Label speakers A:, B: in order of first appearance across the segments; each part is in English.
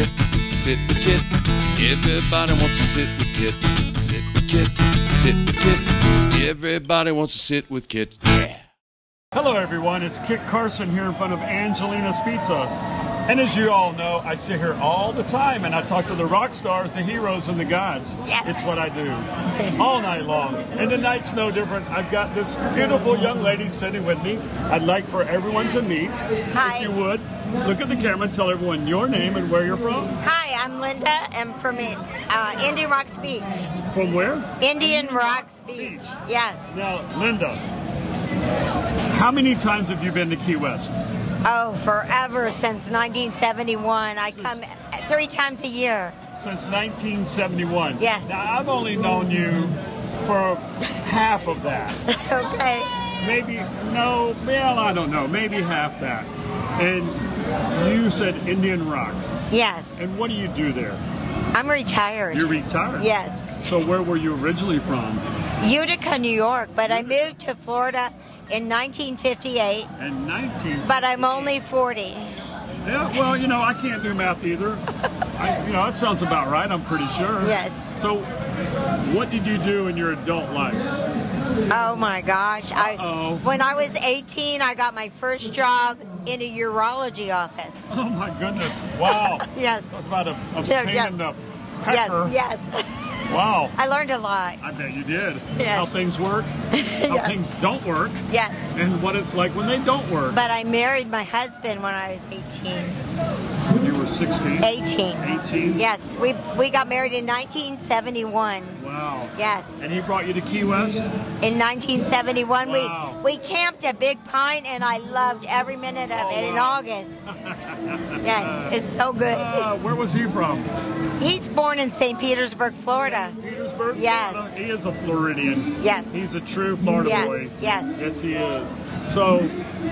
A: sit with Kit. Everybody wants to sit with Kit. Sit with Kit. Sit with Kit. Everybody wants to sit with Kit. Yeah.
B: Hello, everyone. It's Kit Carson here in front of Angelina's Pizza. And as you all know, I sit here all the time and I talk to the rock stars, the heroes, and the gods.
C: Yes.
B: It's what I do all night long. And tonight's no different. I've got this beautiful young lady sitting with me. I'd like for everyone to meet.
C: Hi.
B: If you would, look at the camera and tell everyone your name and where you're from.
C: Hi, I'm Linda. I'm from uh, Indian Rocks Beach.
B: From where?
C: Indian Rocks Beach. Yes.
B: Now, Linda, how many times have you been to Key West?
C: Oh, forever since 1971. I come three times a year.
B: Since 1971.
C: Yes.
B: Now, I've only known you for half of that.
C: okay.
B: maybe no well i don't know maybe half that and you said indian rocks
C: Yes.
B: and what do you do there
C: I'm retired.
B: you're retired
C: Yes.
B: so where were you originally from
C: Utica, New York, but I moved to Florida in 1958.
B: and 19
C: But I'm only 40.
B: yeah well you know i can't do math either I, you know that sounds about right i'm pretty sure
C: Yes.
B: so what did you do in your adult life
C: Oh my gosh.
B: Uh-oh.
C: I, when I was 18, I got my first job in a urology office.
B: oh my goodness wow
C: Yes.
B: that's about a, a
C: Yeah,
B: pain
C: yes.
B: in the pepper
C: Yes, yes.
B: wow
C: I learned a lot.
B: i bet you did
C: Yes.
B: how things work how
C: Yes.
B: things don't work
C: Yes.
B: and what it's like when they don't work.
C: But I married my husband when I was 18.
B: you were 16,
C: 18.
B: 18.
C: Yes, we we got married in 1971.
B: Wow.
C: Yes.
B: And he brought you to Key West.
C: In 1971,
B: Wow.
C: we we camped at Big Pine and I loved every minute of it in
B: Oh, wow.
C: August. Yes, it's so good.
B: Uh, where was he from?
C: He's born in St. Petersburg, Florida.
B: Petersburg.
C: Yes.
B: Florida? He is a Floridian.
C: Yes.
B: He's a true Florida
C: Yes,
B: boy.
C: yes.
B: Yes, he is. So,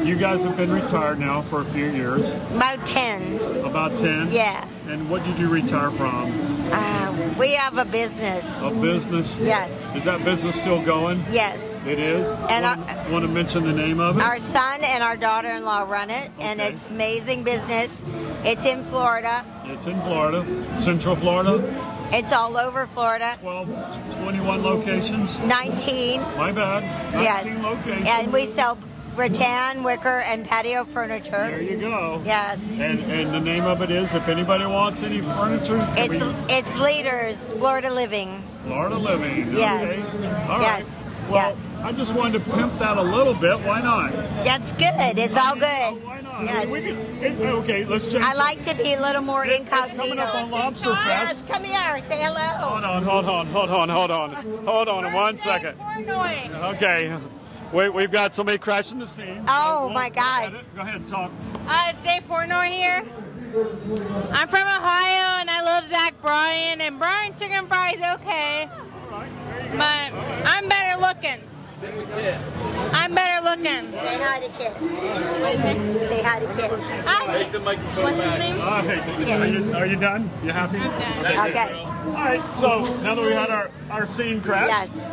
B: you guys have been retired now for a few years,
C: About 10.
B: about 10.
C: Yeah.
B: And what did you retire from?
C: Uh, we have a business.
B: A business?
C: Yes.
B: Is that business still going?
C: Yes.
B: It is.
C: And
B: want,
C: our-
B: want to mention the name of it?
C: Our son and our daughter-in-law run it, and
B: Okay.
C: it's amazing business. It's in Florida.
B: it's in Florida, Central Florida.
C: It's all over Florida.
B: 12, 21 locations.
C: 19.
B: My bad. 19
C: Yes.
B: locations.
C: And we sell rattan, wicker, and patio
B: there
C: furniture.
B: you go.
C: Yes.
B: And, and the name of it is, if anybody wants any furniture, can
C: It's
B: we-
C: it's leaders, Florida living.
B: Florida Living.
C: Yes.
B: Okay. All right.
C: Yes.
B: Well, I just wanted to pimp that a little bit. Why not? Oh,
C: That's good. It's all good.
B: Why not? I mean, we
C: Yes.
B: could, it- okay, let's change.
C: I like to be a little more
B: It- it's coming up on
C: incognito.
B: Lobster
C: Yes,
B: Fest.
C: come here. Say
B: Hold
C: hello.
B: on, hold on, hold on, hold on. Hold on one second.
D: Uh,
B: Okay. Wait, we've got somebody crashing the scene.
C: Oh,
B: Go
C: my
B: ahead. Go
C: gosh.
B: ahead, Go ahead, talk.
D: Uh, it's Dave Portnoy here. I'm from Ohio and I love Zach Bryan and Bryan chicken fries okay, but I'm better looking. I'm better looking.
C: Say hi to Kit. Say hi to Kit.
D: I, what's his name?
B: All right. Are you, are you done? You happy?
C: Okay.
B: All right, so now that we had our, our scene crash,
C: Yes.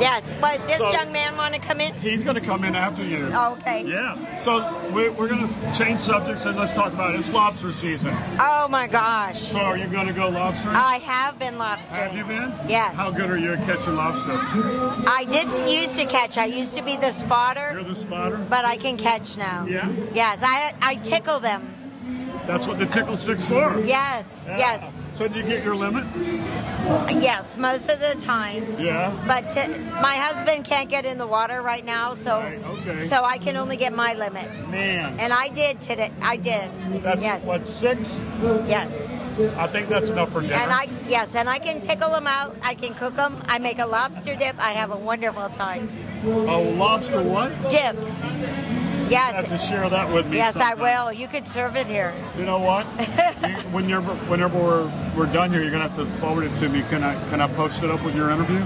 C: Yes. But this
B: So-
C: young man want to come in? Oh,
B: he's going to come in after you.
C: Okay.
B: Yeah, so we, we're going to change subjects and let's talk about it. It's lobster season.
C: Oh my gosh.
B: So are you going to go lobstering?
C: I have been lobstering.
B: Have you been?
C: Uh, Yes.
B: How good are you at catching lobster?
C: I didn't used to catch. I used to be the spotter,
B: You're the spotter?
C: but I can catch now.
B: Yeah?
C: Yes, I I tickle them.
B: That's what the tickle stick's for.
C: Yes,
B: Yeah.
C: yes,
B: So did you get your limit?
C: yes. Most of the time,
B: Yeah.
C: but t- my husband can't get in the water right now, so
B: Right, okay.
C: so I can only get my limit.
B: Man.
C: And I did today. I did.
B: That's
C: yes.
B: what, six?
C: Yes.
B: I think that's enough for dinner.
C: And I yes, and I can tickle them out. I can cook them. I make a lobster dip. I have a wonderful time.
B: Oh, lobster what?
C: Dip.
B: You have to
C: Yes.
B: share that with me.
C: Yes, I
B: sometime.
C: will. You could serve it here.
B: You know what? You- whenever whenever we're, we're done here, you're gonna have to forward it to me. Can I can I post it up with your interview?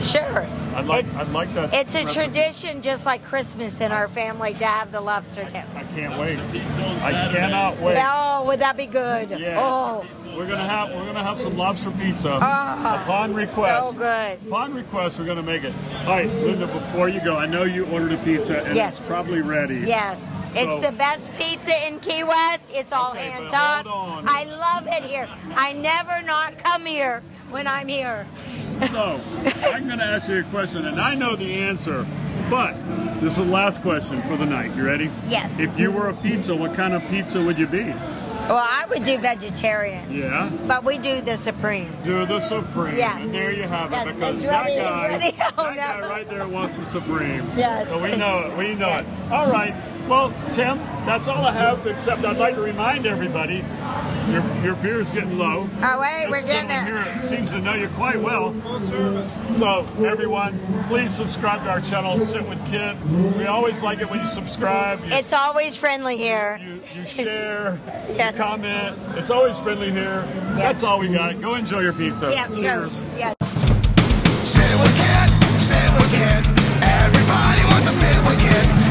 C: Sure.
B: I'd like
C: It-
B: I'd like that.
C: It's a
B: recipe.
C: tradition, just like Christmas in our family, to have the lobster dip.
B: I can't wait. I cannot wait.
C: Oh, would that be good?
B: Yes.
C: Oh,
B: We're gonna have we're gonna have some lobster pizza
C: Ah,
B: upon request.
C: so good.
B: Upon request, we're gonna make it. All right, Linda. Before you go, I know you ordered a pizza and
C: Yes.
B: it's probably ready.
C: yes. It's
B: So-
C: the best pizza in Key West. It's all
B: Okay,
C: hand
B: but hold
C: tossed.
B: on.
C: I love it here. I never not come here when I'm here.
B: So, I'm going to ask you a question, and I know the answer, but this is the last question for the night. You ready?
C: Yes.
B: If you were a pizza, what kind of pizza would you be?
C: Well, I would do vegetarian,
B: Yeah,
C: but we do the supreme.
B: you're the Supreme.
C: Yes.
B: And there you have it,
C: That's-
B: because
C: that's right,
B: that guy,
C: everybody.
B: that
C: Oh,
B: guy
C: no.
B: right there wants the Supreme.
C: Yes.
B: So we know it. We know
C: Yes.
B: it. All right. Well, Tim, that's all I have, except I'd like to remind everybody your, your beer's getting low.
C: Oh wait, we're
B: This
C: getting
B: gentleman
C: it.
B: here seems to know you quite well. So everyone, please subscribe to our channel, Sit with Kid. We always like it when you subscribe, you,
C: It's always friendly here.
B: you, you share,
C: Yes.
B: you comment. It's always friendly here. That's all we got. Go enjoy your pizza.
C: Yeah, sure.
B: Cheers.
C: Yeah.
E: Sit with Kit, sit with Kit. Everybody wants to sit with Kit,